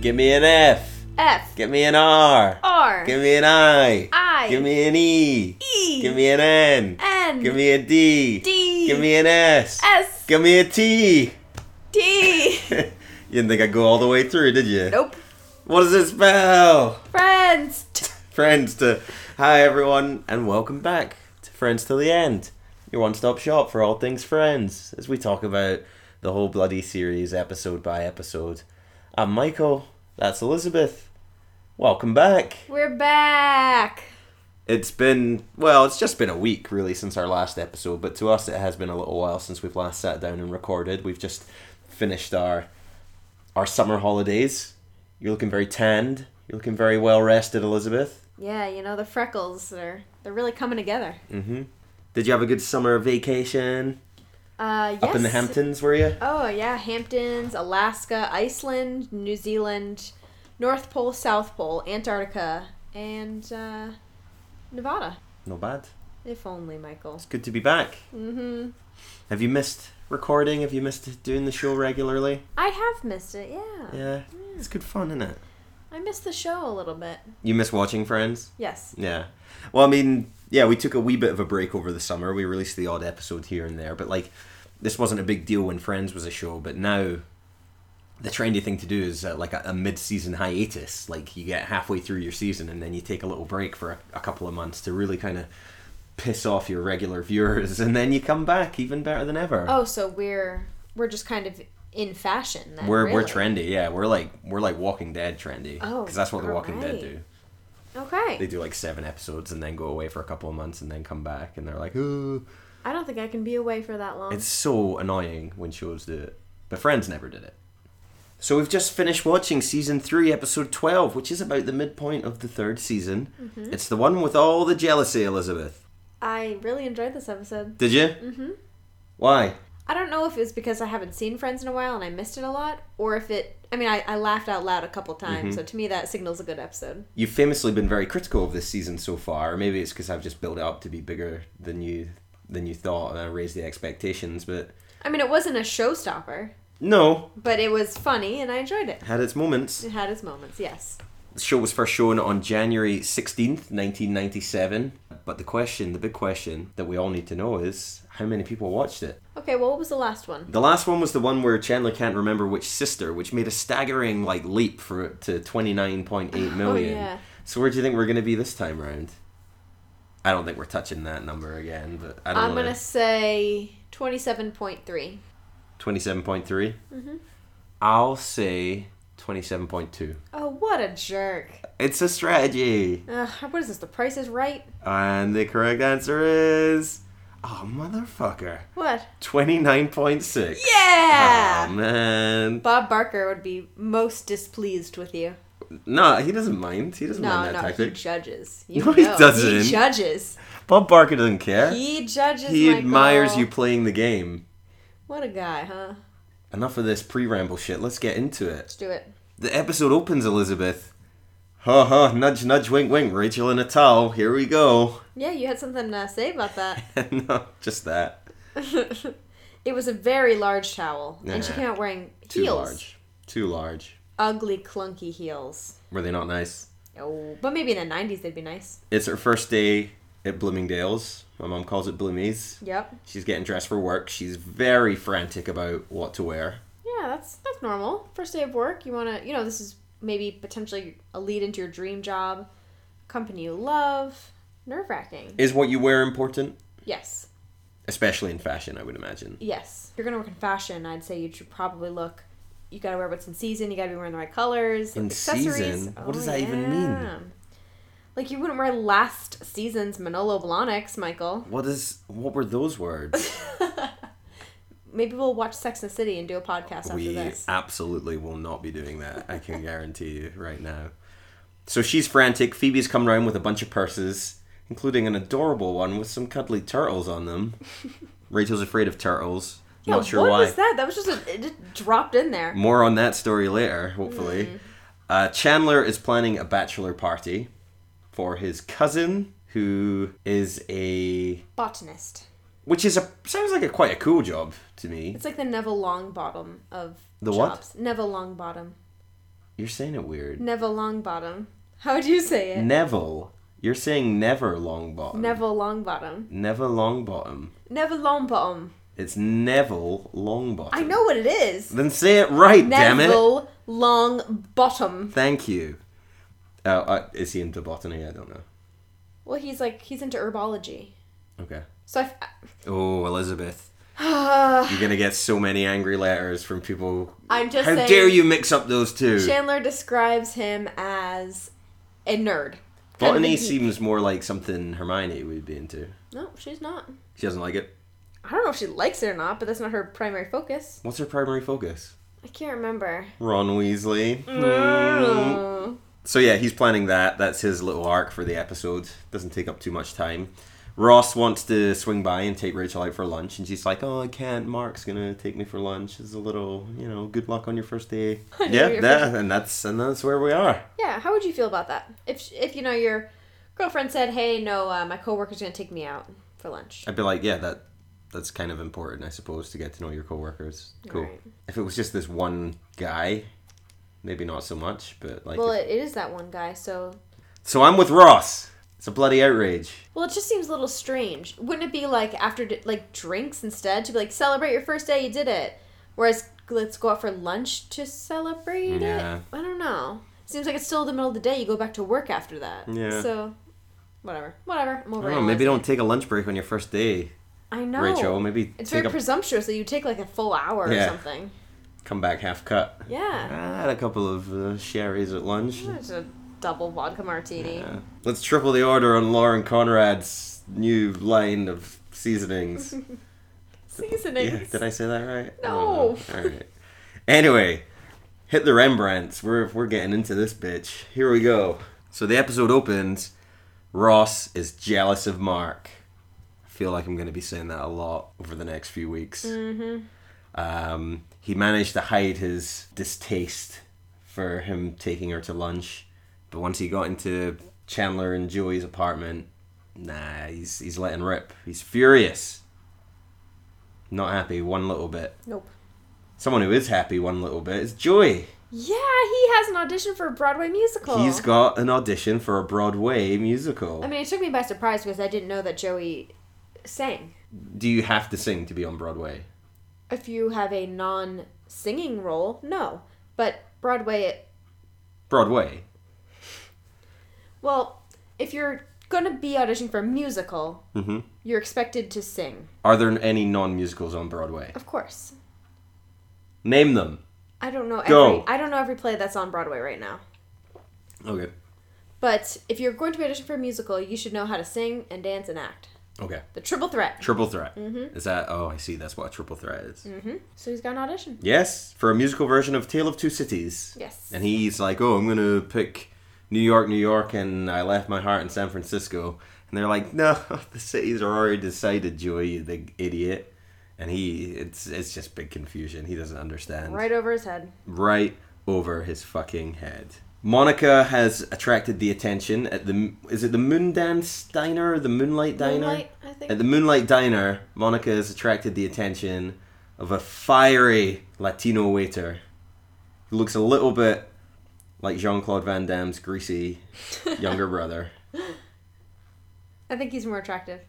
Give me an F. F Give me an R. R Give me an I. I Give me an E. E Give me an N. N Give me a D. D Give me an S. S Give me a T. D. you didn't think I'd go all the way through, did you? Nope. What does it spell? Friends. Friends to. Hi, everyone, and welcome back to Friends Till the End, your one stop shop for all things Friends, as we talk about the whole bloody series episode by episode. I'm Michael, that's Elizabeth. Welcome back. We're back. It's been, well, it's just been a week really since our last episode, but to us it has been a little while since we've last sat down and recorded. We've just finished our our summer holidays. You're looking very tanned. You're looking very well rested, Elizabeth. Yeah, you know the freckles are they're really coming together. Mm-hmm. Did you have a good summer vacation? Uh, yes. Up in the Hamptons, were you? Oh yeah, Hamptons, Alaska, Iceland, New Zealand, North Pole, South Pole, Antarctica, and uh, Nevada. Not bad. If only, Michael. It's good to be back. Mm-hmm. Have you missed recording? Have you missed doing the show regularly? I have missed it. Yeah. Yeah. It's good fun, isn't it? I missed the show a little bit. You miss watching Friends? Yes. Yeah. Well, I mean, yeah, we took a wee bit of a break over the summer. We released the odd episode here and there, but like, this wasn't a big deal when Friends was a show, but now the trendy thing to do is uh, like a, a mid-season hiatus. Like, you get halfway through your season and then you take a little break for a, a couple of months to really kind of piss off your regular viewers, and then you come back even better than ever. Oh, so we're we're just kind of in fashion then. We're, we're really. trendy, yeah. We're like we're like Walking Dead trendy, Oh, because that's what the Walking Dead alright. do. Okay. They do like seven episodes and then go away for a couple of months and then come back, and they're like, "Ooh, I don't think I can be away for that long. It's so annoying when shows do it. But Friends never did it. So we've just finished watching season 3, episode 12, which is about the midpoint of the third season. It's the one with all the jealousy, Elizabeth. I really enjoyed this episode. Did you? Mm-hmm. Why? I don't know if it was because I haven't seen Friends in a while and I missed it a lot, or if it. I mean, I, I laughed out loud a couple times, Mm-hmm. so to me that signals a good episode. You've famously been very critical of this season so far, or maybe it's because I've just built it up to be bigger than you than you thought and I raised the expectations, but I mean, it wasn't a showstopper, no, but it was funny and I enjoyed it. had its moments. It had its moments, yes. The show was first shown on January 16th, 1997. But the question, the big question that we all need to know is how many people watched it? Okay, well, what was the last one? The last one was the one where Chandler can't remember which sister, which made a staggering like leap for it to 29.8 million. Oh, yeah. So where do you think we're going to be this time round? I don't think we're touching that number again, but I don't I'm wanna- gonna say twenty-seven point three. 27.3. Mm-hmm. I'll say 27.2. Oh, what a jerk! It's a strategy. Ugh, what is this? The Price is Right? And the correct answer is. Oh, motherfucker. What? 29.6. Aw, Yeah. Oh, man. Bob Barker would be most displeased with you. No, he doesn't mind. He doesn't No, mind no, that he tactic. judges. You No, he know. doesn't. He judges. Bob Barker doesn't care. He, He judges. Michael. admires you playing the game. What a guy, huh? Enough of this pre ramble shit. Let's get into it. Let's do it. The episode opens, Elizabeth. Ha ha, nudge, nudge, wink, wink. Rachel in a towel. Here we go. Yeah, you had something to say about that. no, just that. it was a very large towel, and she Nah. came out wearing Too heels. large. Too large. Ugly, clunky heels. Were they not nice? Oh, but maybe in the '90s they'd be nice. It's her first day at Bloomingdale's. My mom calls it Bloomies. Yep. She's getting dressed for work. She's very frantic about what to wear. Yeah, that's that's normal. First day of work, you want to, you know, this is maybe potentially a lead into your dream job, company you love, nerve wracking. Is what you wear important? Yes, Especially in fashion, I would imagine. yes. If you're gonna work in fashion, I'd say you should probably look. You gotta wear what's in season. You gotta be wearing the right colors. In accessories. Oh, season? What does that even mean? Like you wouldn't wear last season's Manolo Blahniks, Michael. What is what were those words? Maybe we'll watch Sex and the City and do a podcast after we this. absolutely will not be doing that. I can guarantee you right now. So she's frantic. Phoebe's come round with a bunch of purses, including an adorable one with some cuddly turtles on them. Rachel's afraid of turtles. Yeah, not sure what why. was that? That was just a, it just dropped in there. More on that story later, hopefully. Mm. Uh, Chandler is planning a bachelor party for his cousin, who is a, Botanist. which is a sounds like a quite a cool job to me. It's like the Neville Longbottom of The what? jobs. Neville Longbottom. You're saying it weird. Neville Longbottom. How would you say it? Neville. You're saying never Longbottom. Neville Longbottom. Never Longbottom. Neville Longbottom. It's Neville Longbottom. I know what it is. Then say it right, damn it. Neville Longbottom. Thank you. Oh, uh, is he into botany? I don't know. Well, he's like he's into herbology. Okay. So I. f- Oh, Elizabeth. I- You're gonna get so many angry letters from people. I'm just How saying. dare you mix up those two? Chandler describes him as a nerd. Kind of a Botany geek. seems more like something Hermione would be into. No, she's not. She doesn't like it. I don't know if she likes it or not, but that's not her primary focus. What's her primary focus? I can't remember. Ron Weasley. Hmm. Mm. So yeah, he's planning that. That's his little arc for the episode. Doesn't take up too much time. Ross wants to swing by and take Rachel out for lunch, and she's like, "Oh, I can't. Mark's gonna take me for lunch. It's a little, you know, good luck on your first day." On yeah, your that, and that's and that's where we are. Yeah, how would you feel about that? If sh- if you know your girlfriend said, "Hey, no, uh, my coworker's gonna take me out for lunch." I'd be like, "Yeah, that that's kind of important, I suppose, to get to know your coworkers." Cool. Right. If it was just this one guy, maybe not so much, but like, Well, it, it is that one guy, so so I'm with Ross. It's a bloody outrage. well, it just seems a little strange. Wouldn't it be like after d- like drinks instead to be like celebrate your first day, you did it, whereas let's go out for lunch to celebrate Yeah. it? I don't know. Seems like it's still the middle of the day. You go back to work after that. Yeah. So, whatever, whatever. I'm I over don't it. know, maybe don't take a lunch break on your first day, I know. Rachel. Maybe It's take very a presumptuous that you take like a full hour Yeah. or something. come back half cut. I Yeah. had a couple of uh, sherry's at lunch. It's a double vodka martini. Yeah. Let's triple the order on Lauren Conrad's new line of seasonings. yeah, Seasonings. did I say that right? I No. don't know. Uh-huh. All right. Anyway, hit the Rembrandts. We're we're getting into this bitch. Here we go. So the episode opens. Ross is jealous of Mark. I feel like I'm going to be saying that a lot over the next few weeks. Um, he managed to hide his distaste for him taking her to lunch, but once he got into Chandler and Joey's apartment, nah, he's he's letting rip. He's furious. Not happy one little bit. Nope. Someone who is happy one little bit is Joey. Yeah, he has an audition for a Broadway musical. He's got an audition for a Broadway musical. I mean, it took me by surprise because I didn't know that Joey sang. Do you have to sing to be on Broadway? If you have a non-singing role, no. But Broadway, Broadway. well, if you're gonna be auditioning for a musical, Mhm. you're expected to sing, Are there any non-musicals on Broadway? of course. Name them. I don't know every. Go. I don't know every play that's on Broadway right now. Okay. But if you're going to be auditioning for a musical, you should know how to sing and dance and act. Okay. The triple threat. Triple threat. Is that? Oh, I see. That's what a triple threat is. So he's got an audition. Yes, for a musical version of Tale of Two Cities. Yes. And he's like, "Oh, I'm gonna pick New York, New York, and I left my heart in San Francisco." And they're like, "No, the cities are already decided, Joey, you big idiot." And he, it's it's just big confusion. He doesn't understand. Right over his head. Right over his fucking head. Monica has attracted the attention at the is it the Moondance Diner or the Moonlight Diner? Moonlight, I think. At the Moonlight Diner, Monica has attracted the attention of a fiery Latino waiter who looks a little bit like Jean Claude Van Damme's greasy younger brother. I think he's more attractive.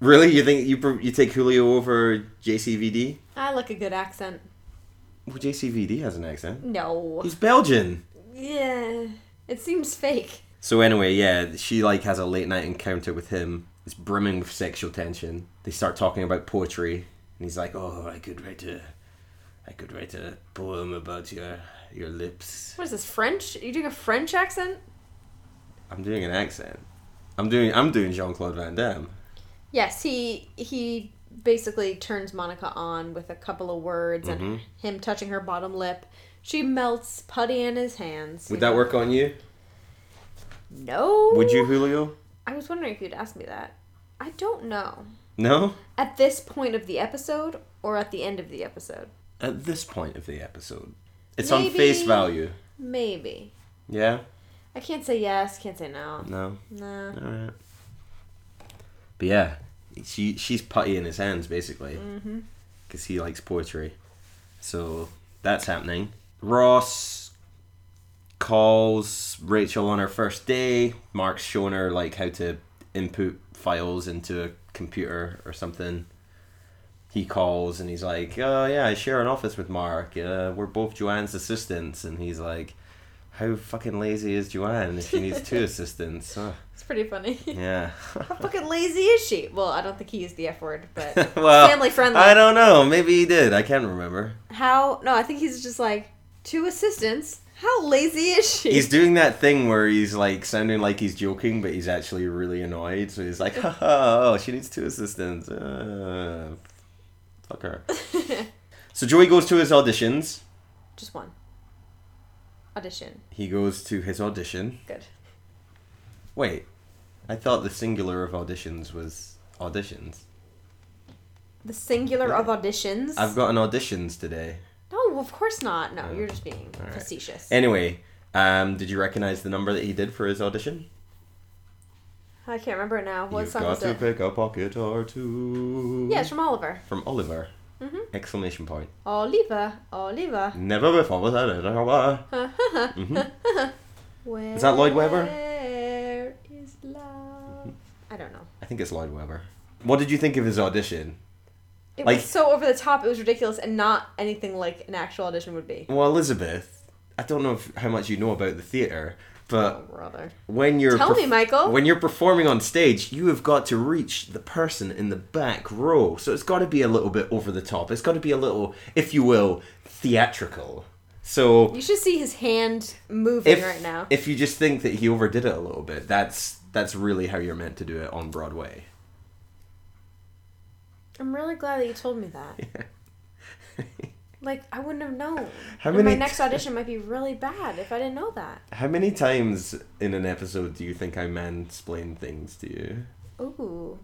Really, you think you pr- you take Julio over JCVD? I like a good accent. Well, JCVD has an accent. No. He's Belgian. Yeah. It seems fake. So anyway, yeah, she like has a late night encounter with him. It's brimming with sexual tension. They start talking about poetry, and he's like, "Oh, I could write a, I could write a poem about your your lips." What is this, French? Are you doing a French accent? I'm doing an accent. I'm doing I'm doing Jean Claude Van Damme. Yes, he he basically turns Monica on with a couple of words and Mm-hmm. him touching her bottom lip. She melts putty in his hands. Would you that know. work on you? No. Would you, Julio? I was wondering if you'd ask me that. I don't know. No. At this point of the episode or at the end of the episode? At this point of the episode, it's on Maybe- face value. Maybe. Yeah. I can't say yes, can't say no. No. Nah. All right. But yeah, she she's putty in his hands basically, because he likes poetry. So that's happening. Ross calls Rachel on her first day. Mark's showing her like how to input files into a computer or something. He calls and he's like, "Oh yeah, I share an office with Mark. Uh, we're both Joanne's assistants." And he's like, "How fucking lazy is Joanne if she needs two assistants?" Ugh, It's pretty funny. yeah. How fucking lazy is she? Well, I don't think he used the F word, but well, family friendly. I don't know. Maybe he did. I can't remember. how? No, I think he's just like two assistants. How lazy is she? He's doing that thing where he's like sounding like he's joking, but he's actually really annoyed. So he's like, "Ha ha, oh, she needs two assistants. Uh, fuck her. So Joey goes to his auditions. just one audition. He goes to his audition. Good. Wait, I thought the singular of auditions was auditions. The singular of auditions. I've gotten auditions today. no, of course not. No, you're just being All right. facetious. Anyway, um, did you recognize the number that he did for his audition? I can't remember it now. What You've song got was to it? pick up a guitar too. Yeah, it's from Oliver. From Oliver. Mhm. Exclamation point. Oliver, Oliver. Never before was I in a war. Where Mm-hmm. Is that Lloyd Webber? Mm-hmm. Where is love? I don't know. I think it's Lloyd Webber. What did you think of his audition? It Like- was so over the top. It was ridiculous and not anything like an actual audition would be. Well, Elizabeth, I don't know if, how much you know about the theater, Oh, but brother. when you're Tell me, Michael. when you're performing on stage, you have got to reach the person in the back row. So it's got to be a little bit over the top. It's got to be a little, if you will, theatrical. So You should see his hand moving if right now. if you just think that he overdid it a little bit, that's that's really how you're meant to do it on Broadway. I'm really glad that you told me that. like, I wouldn't have known. How And many my next t- audition might be really bad if I didn't know that. How many times in an episode do you think I mansplain things to you? Ooh.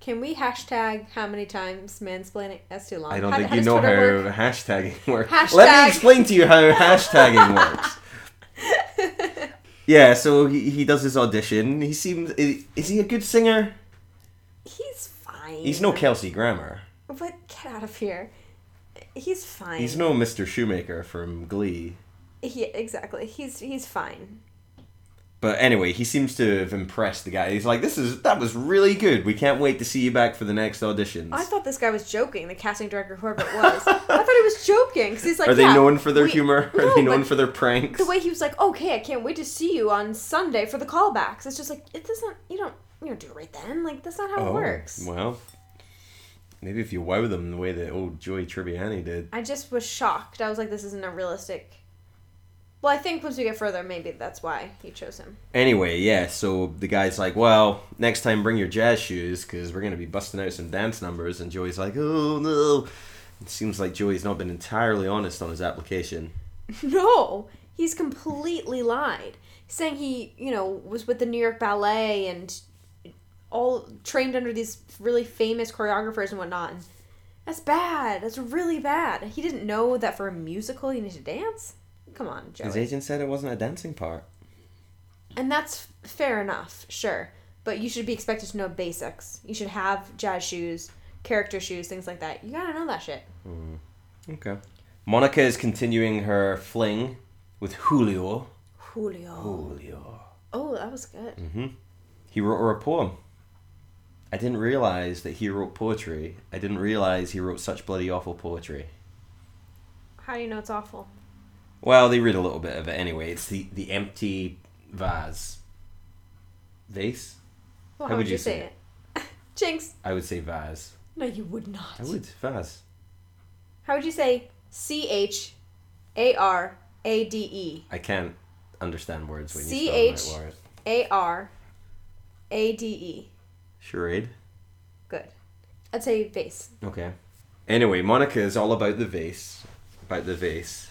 Can we hashtag how many times mansplaining? That's too long. I don't How- think how you does know how Twitter work? hashtagging works. Let Hashtag. me explain to you how hashtagging works. Yeah, so he, he does his audition. He seems is, is he a good singer? He's fine. He's no Kelsey Grammer. But get out of here. He's fine. He's no Mr. Shoemaker from Glee. He, exactly. He's he's fine. But anyway, he seems to have impressed the guy. He's like, "This is that was really good. We can't wait to see you back for the next auditions." I thought this guy was joking. The casting director, whoever it was, I thought he was joking because he's like, Are they "Yeah, known for their we- humor? Are No, they known but for their pranks? the way he was like, okay, I can't wait to see you on Sunday for the callbacks. It's just like it doesn't. You don't. You don't do it right then. Like that's not how Oh, it works. Well, maybe if you wow them the way that old Joey Tribbiani did. I just was shocked. I was like, this isn't a realistic. Well, I think once we get further, maybe that's why he chose him. Anyway, yeah, so the guy's like, well, next time bring your jazz shoes because we're going to be busting out some dance numbers. And Joey's like, oh, no. It seems like Joey's not been entirely honest on his application. No, he's completely lied, saying he, you know, was with the New York Ballet and all trained under these really famous choreographers and whatnot. And that's bad. That's really bad. He didn't know that for a musical you need to dance. Come on, Joey. His agent said it wasn't a dancing part. And that's fair enough, sure. But you should be expected to know basics. You should have jazz shoes, character shoes, things like that. You gotta know that shit. Okay. Monica is continuing her fling with Julio. Julio. Julio. Oh, that was good. Mm. He wrote her a poem. I didn't realize that he wrote poetry. I didn't realize he wrote such bloody awful poetry. How do you know it's awful? Well, they read a little bit of it anyway. It's the the empty vase. Vase? Well, How how, would would, you you say it? Jinx. I would say vase. No, you would not. I would vase. How would you say C H A R A D E? I can't understand words when you CH. spell them out loud. A R A D E. Charade. Good. I'd say vase. Okay. Anyway, Monica is all about the vase, about the vase,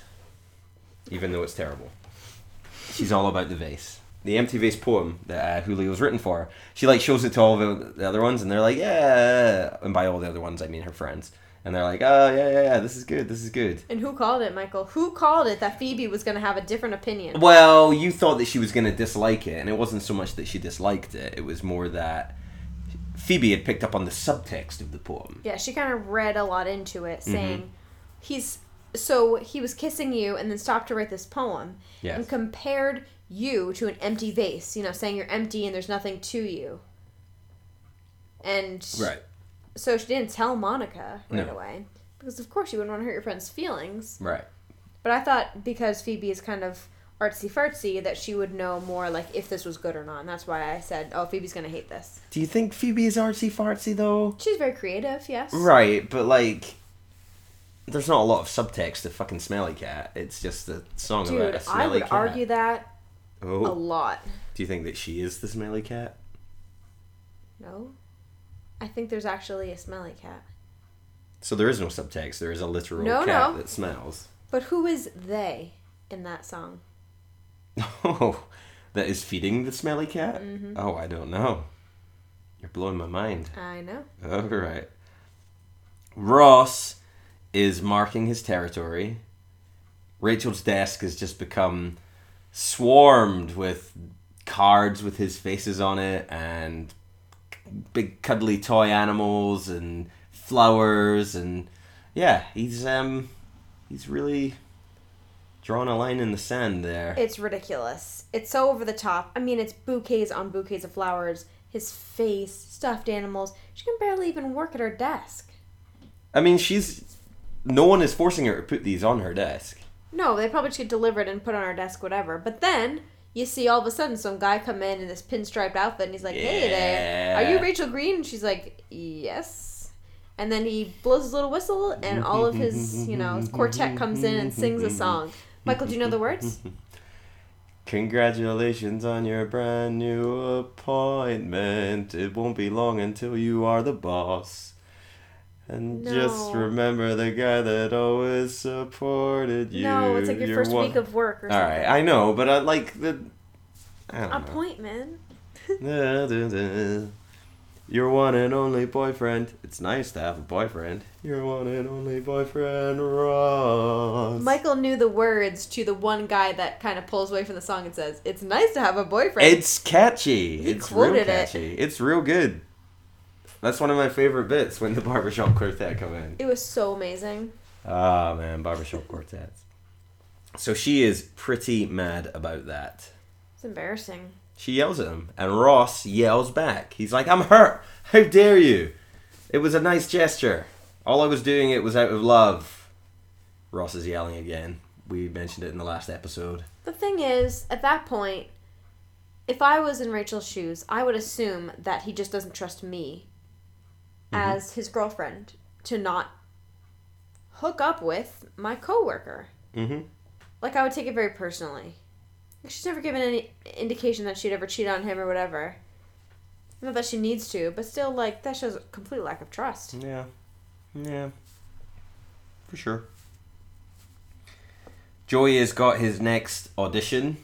even though it's terrible. She's all about the vase. The empty vase poem that uh, Julio's written for her. She like shows it to all the, the other ones, and they're like, yeah. And by all the other ones, I mean her friends. And they're like, oh yeah, yeah, yeah. This is good. This is good. And who called it, Michael? Who called it that Phoebe was gonna have a different opinion? Well, you thought that she was going to dislike it, and it wasn't so much that she disliked it. It was more that Phoebe had picked up on the subtext of the poem. Mm-hmm. Yeah, she kind of read a lot into it, saying he's so he was kissing you and then stopped to write this poem Yes. and compared you to an empty vase, you know, saying you're empty and there's nothing to you. And Right. so she didn't tell Monica right No. away. Because of course you wouldn't want to hurt your friend's feelings. Right. But I thought because Phoebe is kind of artsy fartsy that she would know more like if this was good or not. And that's why I said, Oh, Phoebe's gonna hate this. Do you think Phoebe is artsy fartsy though? She's very creative, yes. Right, but like, there's not a lot of subtext to fucking Smelly Cat. It's just a song about Dude, a smelly I would cat. argue that a oh, lot. do you think that she is the Smelly Cat? No? I think there's actually a smelly cat. So there is no subtext. There is a literal No, cat no. that smells. But who is they in that song? Oh, that is feeding the Smelly Cat. Oh, I don't know. You're blowing my mind. I know. All right. Ross is marking his territory. Rachel's desk has just become swarmed with cards with his faces on it and big cuddly toy animals and flowers and yeah, he's um he's really drawn a line in the sand there. It's ridiculous. It's so over the top. I mean, it's bouquets on bouquets of flowers, his face, stuffed animals. She can barely even work at her desk. I mean, she's no one is forcing her to put these on her desk. No, they probably just get delivered and put on her desk, whatever. But then you see all of a sudden some guy come in in this pinstriped outfit and he's like, hey there, are you Yeah. Rachel Green? And she's like, yes. And then he blows his little whistle and all of his, you know, quartet comes in and sings a song. Michael, do you know the words? Congratulations on your brand new appointment. It won't be long until you are the boss. And just No. remember the guy that always supported you. no, it's like your You're first one- week of work or All something. right, I know, but I like the. I don't know. Appointment. Da, da, da. Your one and only boyfriend. It's nice to have a boyfriend. Your one and only boyfriend, Ross. Michael knew the words to the one guy that kind of pulls away from the song and says, "It's nice to have a boyfriend." It's catchy. He it's real quoted it. catchy. It's real good. That's one of my favorite bits when the barbershop quartet come in. it was so amazing. Ah man, barbershop quartets. So she is pretty mad about that. It's embarrassing. She yells at him, and Ross yells back. He's like, "I'm hurt. How dare you? It was a nice gesture. All I was doing it was out of love." Ross is yelling again. We mentioned it in the last episode. The thing is, at that point, if I was in Rachel's shoes, I would assume that he just doesn't trust me Mm-hmm. as his girlfriend to not hook up with my coworker. Mm-hmm. Like I would take it very personally. Like, She's never given any indication that she'd ever cheat on him or whatever. Not that she needs to, but still, like that shows a complete lack of trust. Yeah. Yeah. For sure. Joey has got his next audition. Mm-hmm.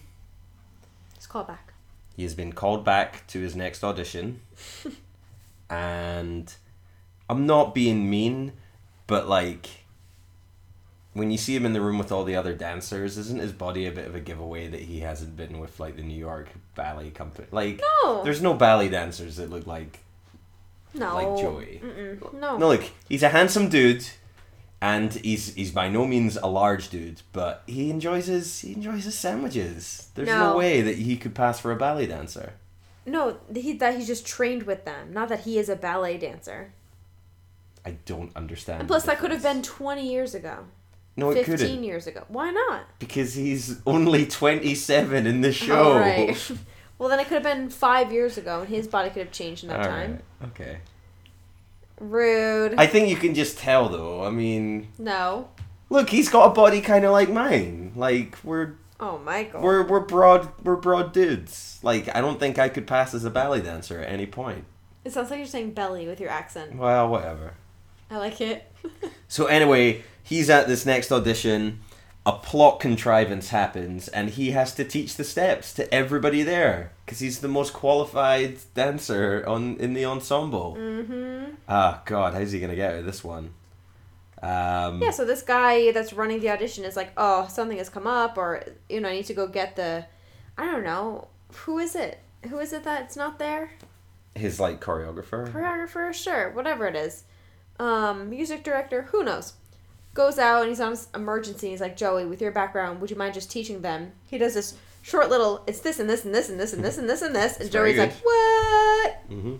Let's call back. He has been called back to his next audition. and I'm not being mean, but like when you see him in the room with all the other dancers, isn't his body a bit of a giveaway that he hasn't been with like the New York ballet company? Like No. there's no ballet dancers that look like No. like Joey. Mm-mm. No. No, look, he's a handsome dude, and he's he's by no means a large dude, but he enjoys his he enjoys his sandwiches. There's no, No. way that he could pass for a ballet dancer. No, he, that he's just trained with them. Not that he is a ballet dancer. I don't understand. And plus, the that could have been difference. 20 years ago, no, it 15 couldn't years ago. Why not? because he's only twenty seven in the show. All right. well, then it could have been five years ago, and his body could have changed in that All time. right, Okay. Rude. I think you can just tell though. I mean, no. look, he's got a body kind of like mine. Like we're Oh, Michael. we're we're broad we're broad dudes. Like I don't think I could pass as a ballet dancer at any point. it sounds like you're saying belly with your accent. Well, whatever. I like it. So anyway, he's at this next audition. A plot contrivance happens, and he has to teach the steps to everybody there because he's the most qualified dancer on in the ensemble. hmm Ah, God, how's he gonna get out of this one? Um, Yeah, so this guy that's running the audition is like, oh, something has come up, or, you know, I need to go get the. I don't know. Who is it? Who is it that's not there? his like choreographer. choreographer, sure, whatever it is, um, music director, who knows. goes out and he's on his emergency. He's like, Joey, with your background, would you mind just teaching them? He does this short little, it's this and this and this and this and this and this and this. And It's very Joey's like, good. what? Mm-hmm.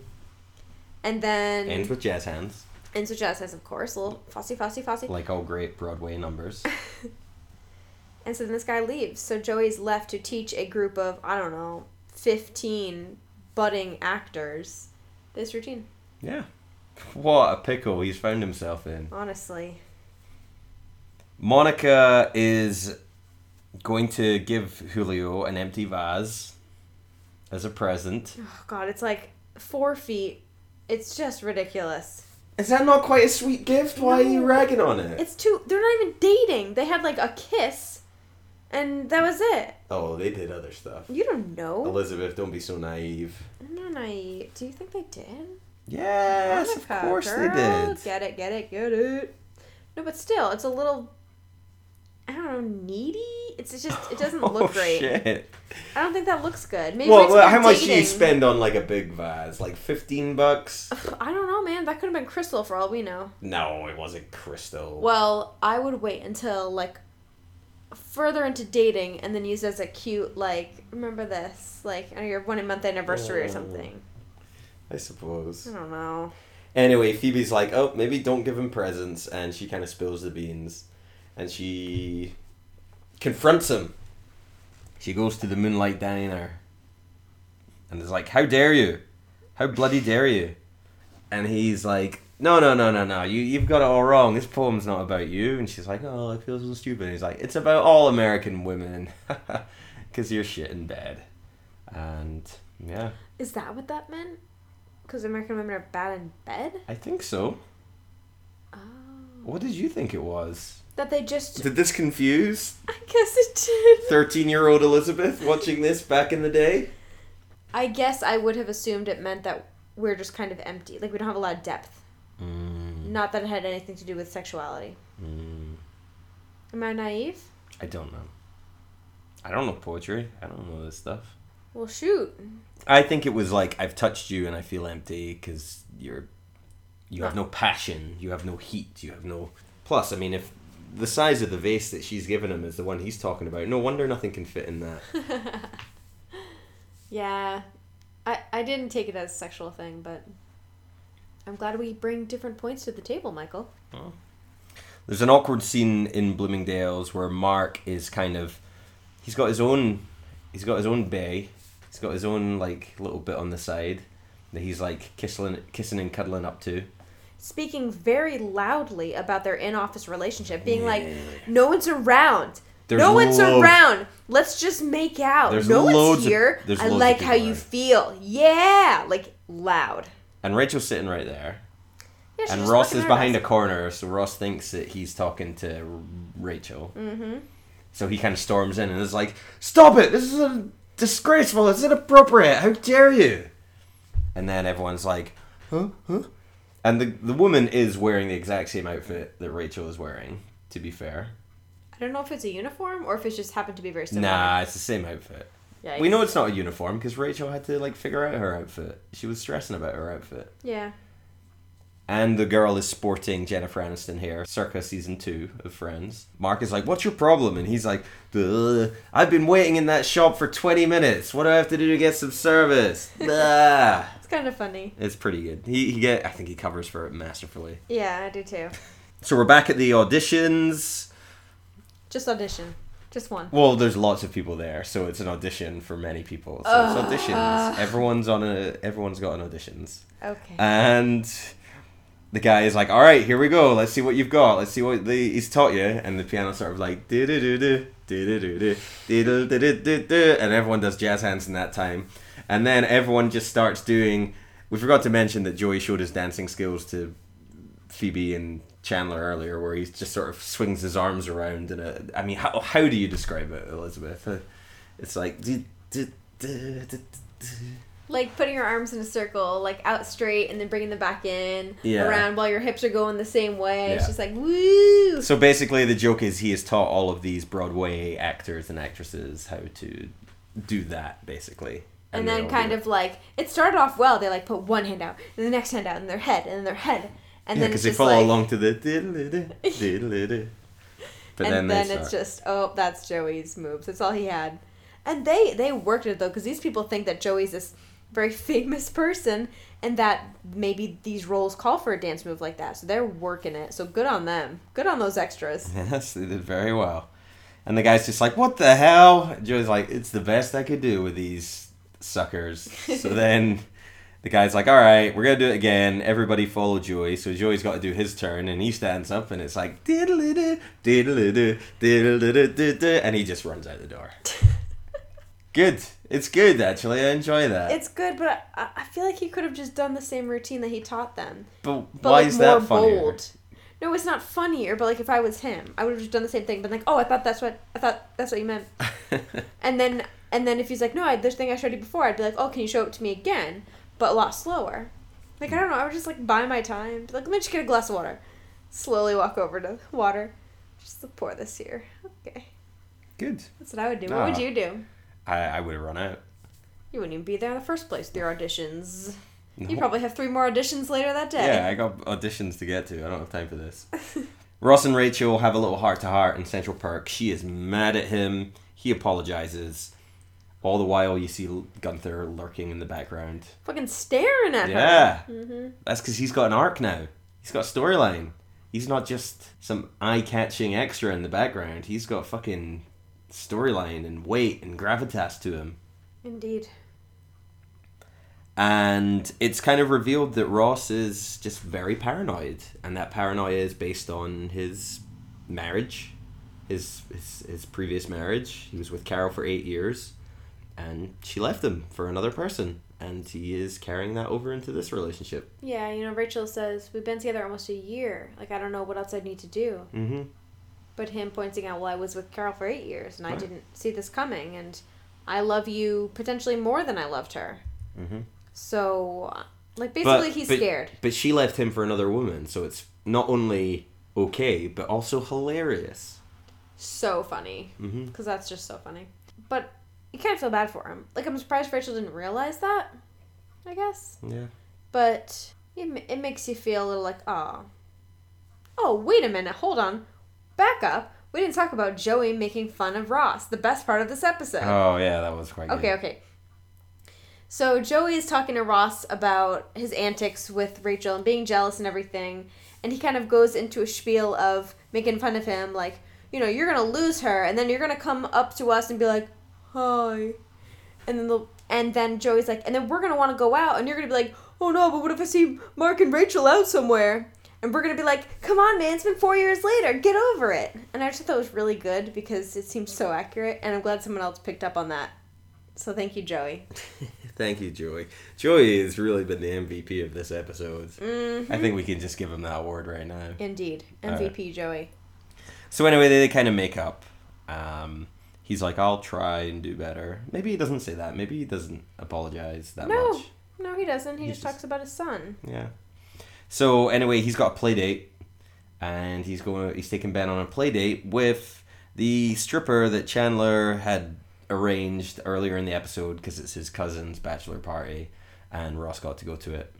And then, Ends and, with jazz hands, so Jazz says, of course, little fussy, fussy, fussy. like all great Broadway numbers. And so then this guy leaves. So Joey's left to teach a group of, I don't know, 15 budding actors this routine, yeah. What a pickle he's found himself in. honestly. Monica is going to give Julio an empty vase as a present. Oh, God, it's like four feet. It's just ridiculous. Is that not quite a sweet gift? Why are you No. ragging on it? It's too, they're not even dating. They had like a kiss, and that was it. Oh, they did other stuff. You don't know. Elizabeth, don't be so naive. I'm not naive. Do you think they did? Yes, of Monica, course they girl. did. Get it, get it, get it. No, but still, it's a little. I don't know, needy. It's it's just it doesn't look oh, great. Shit. I don't think that looks good. Maybe Well, it's well, good how much do you dating. spend on like a big vase? Like fifteen bucks? Ugh, I don't know, man. That could have been crystal for all we know. No, it wasn't crystal. Well, I would wait until like further into dating and then use it as a cute like remember this like on your one month anniversary or Mm. something. I suppose. I don't know. Anyway, Phoebe's like, oh, maybe don't give him presents, and she kind of spills the beans, and she confronts him. She goes to the Moonlight Diner, and is like, how dare you? How bloody dare you? And he's like, no, no, no, no, no, you, you've got it all wrong. This poem's not about you. And she's like, oh, it feels so stupid. And he's like, it's about all American women, because you're shit in bed. And yeah, Is that what that meant? Because American women are bad in bed? I think so. Oh. What did you think it was? That they just. Did this confuse I guess it did. 13 year old Elizabeth watching this back in the day? I guess I would have assumed it meant that we're just kind of empty. Like, we don't have a lot of depth. Mm, Not that it had anything to do with sexuality. Am I naive? I don't know. I don't know poetry. I don't know this stuff. Well, shoot. I think it was like, I've touched you and I feel empty because you're. You have no passion. You have no heat. You have no. Plus, I mean, if the size of the vase that she's given him is the one he's talking about, no wonder nothing can fit in that. Yeah. I, I didn't take it as a sexual thing, but I'm glad we bring different points to the table, Michael. There's an awkward scene in Bloomingdale's where Mark is kind of he's got his own he's got his own bay. He's got his own like little bit on the side that he's like kissing kissing and cuddling up to. Speaking very loudly about their in office relationship, being like, no one's around. There's no one's loads- around. Let's just make out. There's no loads one's of- here. there's I loads of like how people you around. feel. Yeah, like loud. And Rachel's sitting right there. Yeah, she's and just Ross fucking is behind a nervous. corner, so Ross thinks that he's talking to R- Rachel. Mm-hmm. So he kind of storms in and is like, "Stop it! This is a disgraceful. It's inappropriate. How dare you!" And then everyone's like, "Huh? Huh?" And the the woman is wearing the exact same outfit that Rachel is wearing. To be fair, I don't know if it's a uniform or if it's just happened to be very similar. nah, it's the same outfit. Yikes. We know it's not a uniform because Rachel had to like figure out her outfit. She was stressing about her outfit. Yeah. And the girl is sporting Jennifer Aniston hair, circa season two of Friends. Mark is like, "What's your problem?" And he's like, "Duh, "I've been waiting in that shop for twenty minutes. What do I have to do to get some service?" Blah. It's kind of funny. It's pretty good. He, he get, I think he covers for it masterfully. Yeah, I do too. So we're back at the auditions. Just audition. Just one. Well, there's lots of people there, so it's an audition for many people. So it's auditions. Everyone's on a. Everyone's got an auditions. Okay. And the guy is like, "All right, here we go. Let's see what you've got. Let's see what the, he's taught you." And the piano sort of like, "Do do do do do do do do do do do do," and everyone does jazz hands in that time. And then everyone just starts doing. We forgot to mention that Joey showed his dancing skills to Phoebe and Chandler earlier, where he just sort of swings his arms around. And a, I mean, how how do you describe it, Elizabeth? Uh, It's like. "Do, do, do, do, do, do." like putting your arms in a circle, like out straight and then bringing them back in Yeah. around while your hips are going the same way. Yeah. It's just like, woo. So basically, the joke is he has taught all of these Broadway actors and actresses how to do that, basically. and they then all kind do of like it started off well they like put one hand out and the next hand out and their head and their head And yeah, then because it's they just follow like- along to the diddle-a-dee, diddle-a-dee. But and they then, start. it's just oh that's joey's moves that's all he had and they they worked it though because these people think that joey's this very famous person and that maybe these roles call for a dance move like that so they're working it so good on them good on those extras Yes, they did very well. And the guy's just like, what the hell? Joey's like, it's the best I could do with these suckers. so then the guy's like, all right, we're going to do it again. Everybody follow Joey. So Joey's got to do his turn, and he stands up, and it's like, diddle-a-doo, diddle-a-doo, diddle-a-doo-doo-doo, and he just runs out the door. good. It's good, actually. I enjoy that. it's good but I, I feel like he could have just done the same routine that he taught them but, but why like is more that funnier? bold no it's not funnier but like if i was him i would have just done the same thing but like oh i thought that's what i thought that's what you meant And then and then if he's like, no, I, this thing I showed you before, I'd be like, oh, can you show it to me again, but a lot slower. Like I don't know, I would just like buy my time. Like let me just get a glass of water. Slowly walk over to water, just to pour this here. Okay, good. that's what I would do. What would Ah. you do? I, I would have run out. You wouldn't even be there in the first place. with Your auditions. You No. probably have three more auditions later that day. Yeah, I got auditions to get to. I don't have time for this. Ross and Rachel have a little heart to heart in Central Park. She is mad at him. He apologizes. All the while, you see Gunther lurking in the background. Fucking staring at her. Yeah, hmm that's because he's got an arc now. He's got a storyline. He's not just some eye-catching extra in the background. He's got fucking storyline and weight and gravitas to him. Indeed. and it's kind of revealed that Ross is just very paranoid, and that paranoia is based on his marriage, his his, his previous marriage. He was with Carol for eight years, and she left him for another person, and he is carrying that over into this relationship. Yeah, you know, Rachel says we've been together almost a year. Like I don't know what else I need to do. Mm-hmm. But him pointing out, well, I was with Carol for eight years and I Right. didn't see this coming, and I love you potentially more than I loved her. Mhm. So, uh, like, basically, he's but- scared. But she left him for another woman, so it's not only okay but also hilarious. So funny. Mm-hmm. Because that's just so funny. But you kind of feel bad for him. Like, I'm surprised Rachel didn't realize that, I guess. Yeah. But it, ma- it makes you feel a little like, oh. Oh, wait a minute. Hold on. Back up. We didn't talk about Joey making fun of Ross, the best part of this episode. Oh yeah, that was quite Okay, okay. So Joey is talking to Ross about his antics with Rachel and being jealous and everything, and he kind of goes into a spiel of making fun of him, like, you know, you're gonna lose her, and then you're gonna come up to us and be like, hi, and then the and then Joey's like, and then we're gonna want to go out, and you're gonna be like, oh no, but what if I see Mark and Rachel out somewhere? And we're gonna be like, come on, man, it's been four years later, get over it. And I just thought that was really good because it seemed so accurate, and I'm glad someone else picked up on that. So thank you, Joey. Thank you, Joey. Joey has really been the MVP of this episode. I think we can just give him that award right now. Indeed, right. MVP Joey. So anyway, they, they kind of make up. Um, he's like, "I'll try and do better." Maybe he doesn't say that. Maybe he doesn't apologize that No. much. No, he doesn't. He He's just, just- talks about his son. Yeah. So anyway, he's got a play date, and he's going. He's taking Ben on a play date with the stripper that Chandler had arranged earlier in the episode because it's his cousin's bachelor party, and Ross got to go to it.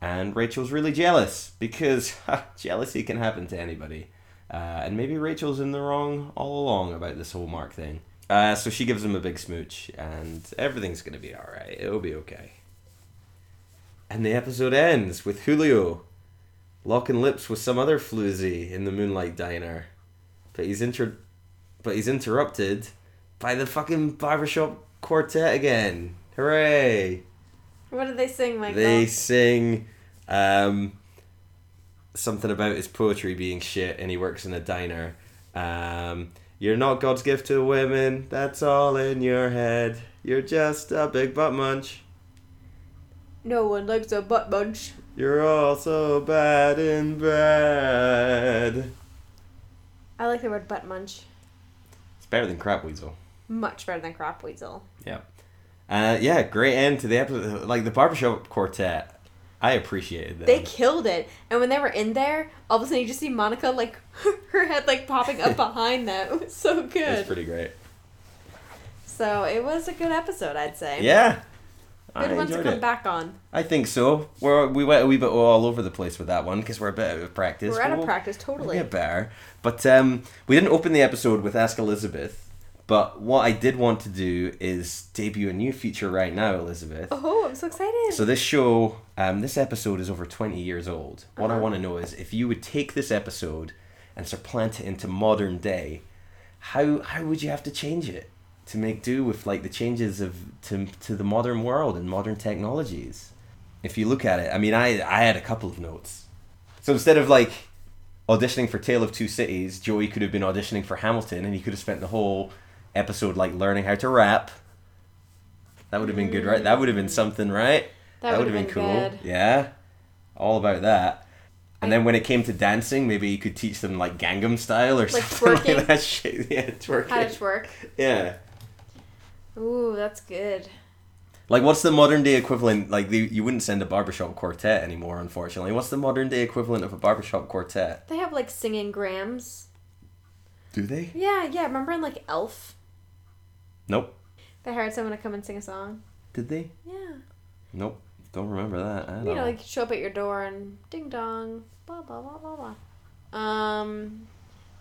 And Rachel's really jealous because jealousy can happen to anybody. Uh, and maybe Rachel's in the wrong all along about this whole Mark thing. Uh, so she gives him a big smooch, and everything's going to be alright. It'll be okay. And the episode ends with Julio locking lips with some other floozy in the Moonlight Diner. But he's inter- but he's interrupted by the fucking barbershop quartet again. Hooray! What did they sing, Michael? they sing um, something about his poetry being shit and he works in a diner. Um, You're not God's gift to women, that's all in your head. You're just a big butt munch. No one likes a butt bunch. You're all so bad in bed. I like the word butt munch It's better than crap weasel. much better than crop weasel. Yeah. Uh, yeah, great end to the episode. Like the barbershop quartet, I appreciated that. They killed it. And when they were in there, all of a sudden you just see Monica like her head like popping up behind them. It was so good. It's pretty great. so it was a good episode, I'd say. Yeah. Good I one to enjoyed come it. back on. I think so. We're, we went a wee bit all over the place with that one because we're a bit out of practice. We're out of We'll- practice, we'll totally. get better. But um, we didn't open the episode with Ask Elizabeth. But what I did want to do is debut a new feature right now, Elizabeth. Oh, I'm so excited. So this show, um, this episode is over 20 years old. What I want to know is if you would take this episode and supplant it into modern day, how how would you have to change it to make do with like the changes of to to the modern world and modern technologies? If you look at it, I mean, I I had a couple of notes. So instead of like auditioning for Tale of Two Cities, Joey could have been auditioning for Hamilton, and he could have spent the whole episode like learning how to rap. That would have been good, right? That would have been something, right? That would have been good. Yeah, all about that. And I- then when it came to dancing, maybe you could teach them like Gangnam Style or something twerking? like that. Shit, yeah, twerking. How to twerk. yeah, Ooh, that's good. like what's the modern day equivalent? Like the, you wouldn't send a barbershop quartet anymore, unfortunately. What's the modern day equivalent of a barbershop quartet? They have like singing grams. Do they? Yeah, yeah. Remember in like Elf, Nope. they hired someone to come and sing a song. Did they? Yeah. Nope. Don't remember that. I don't know. You know, like show up at your door and ding dong, blah blah blah blah blah. Um,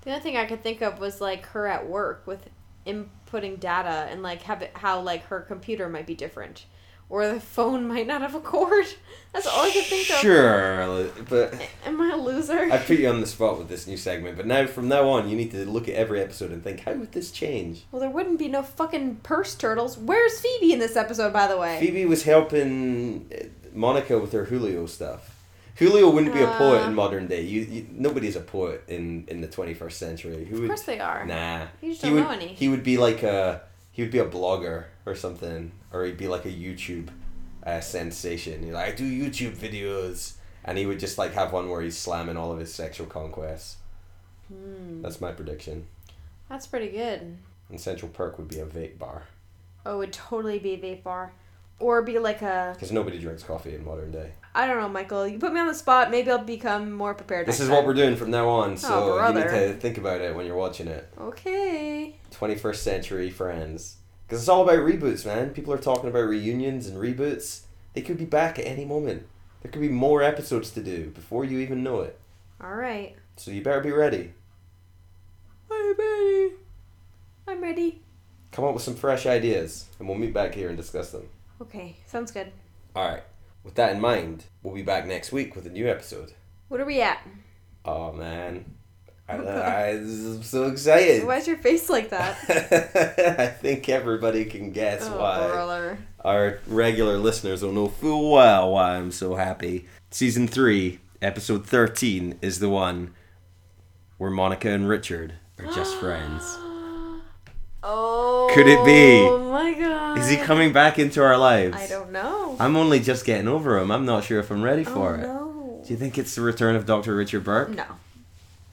the other thing I could think of was like her at work with inputting data and like have it, how like her computer might be different, or the phone might not have a cord. That's all I could think of. Sure, but Am I a loser? I put you on the spot with this new segment. But now, from now on, you need to look at every episode and think, how would this change? well, there wouldn't be no fucking purse turtles. Where's Phoebe in this episode, by the way? Phoebe was helping uh, Monica with her Julio stuff. Julio wouldn't be a poet Uh. in modern day. You, you nobody's a poet in, in the twenty first century. Who Of would? course they are. Nah. You just he don't would, know any. He would be like a he would be a blogger or something, or he'd be like a YouTube uh, sensation. He's like, I do YouTube videos, and he would just like have one where he's slamming all of his sexual conquests. Hmm, That's my prediction. that's pretty good. And Central Perk would be a vape bar Oh, it would totally be a vape bar, or be like a because nobody drinks coffee in modern day. I don't know, Michael. You put me on the spot. Maybe I'll become more prepared. This next is what time. we're doing from now on, so you need Oh, brother. to think about it when you're watching it. Okay. 21st century friends. Because it's all about reboots, man. People are talking about reunions and reboots. They could be back at any moment. There could be more episodes to do before you even know it. All right. So you better be ready. I'm ready. I'm ready. Come up with some fresh ideas, and we'll meet back here and discuss them. Okay, sounds good. Alright, with that in mind, we'll be back next week with a new episode. What are we at? Oh, man. I, I, I'm so excited. Why's your face like that? I think everybody can guess oh, why. brother. our regular listeners will know full well why I'm so happy. Season 3, episode 13, is the one where Monica and Richard are just friends. Oh. Could it be? Oh my god. Is he coming back into our lives? I don't know. I'm only just getting over him. I'm not sure if I'm ready for oh, it. No. Do you think it's the return of Dr. Richard Burke? No.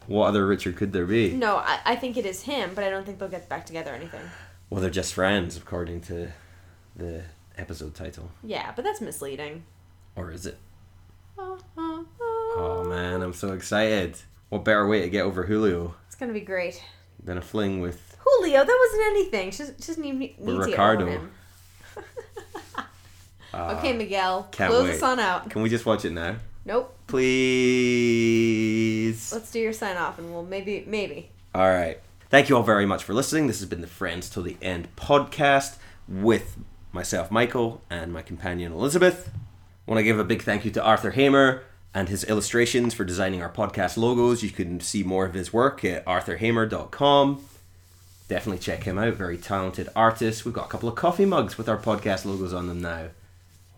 What other Richard could there be? No, I, I think it is him, but I don't think they'll get back together or anything. Well, they're just friends, according to the episode title. Yeah, but that's misleading. Or is it? Oh, Oh man, I'm so excited. What better way to get over Julio It's gonna be great. than a fling with Julio, that wasn't anything. She doesn't, she doesn't even need to get over Ricardo. Ah, him. okay, Miguel, can't close wait. us on out. Can we just watch it now? Nope. Please. Let's do your sign off, and we'll maybe maybe. All right. Thank you all very much for listening. This has been the Friends Till the End podcast with myself, Michael, and my companion, Elizabeth. want to give a big thank you to Arthur Hamer and his illustrations for designing our podcast logos. You can see more of his work at arthurhamer.com. Definitely check him out. Very talented artist. We've got a couple of coffee mugs with our podcast logos on them now.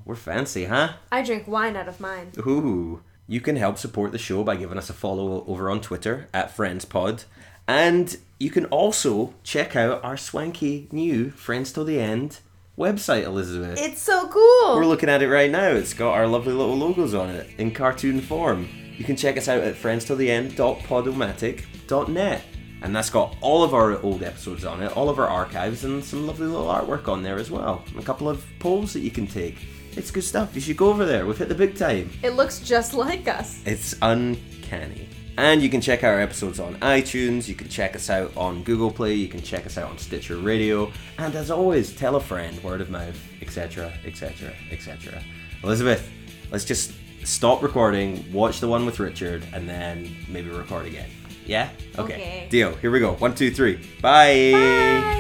We're fancy, huh? I drink wine out of mine. Ooh. You can help support the show by giving us a follow over on Twitter at FriendsPod. And you can also check out our swanky new Friends Till the End website, Elizabeth. It's so We're cool. looking at it right now. It's got our lovely little logos on it in cartoon form. You can check us out at friendstilltheend.podomatic.net. And that's got all of our old episodes on it, all of our archives, and some lovely little artwork on there as well. And a couple of polls that you can take. It's good stuff. You should go over there. We've hit the big time. It looks just like us. It's uncanny. And you can check our episodes on iTunes, you can check us out on Google Play, you can check us out on Stitcher Radio, and as always, tell a friend, word of mouth, etc., etc., etc. Elizabeth, let's just stop recording, watch the one with Richard, and then maybe record again. Yeah? Okay. Okay. Deal. Here we go. One, two, three. Bye. Bye.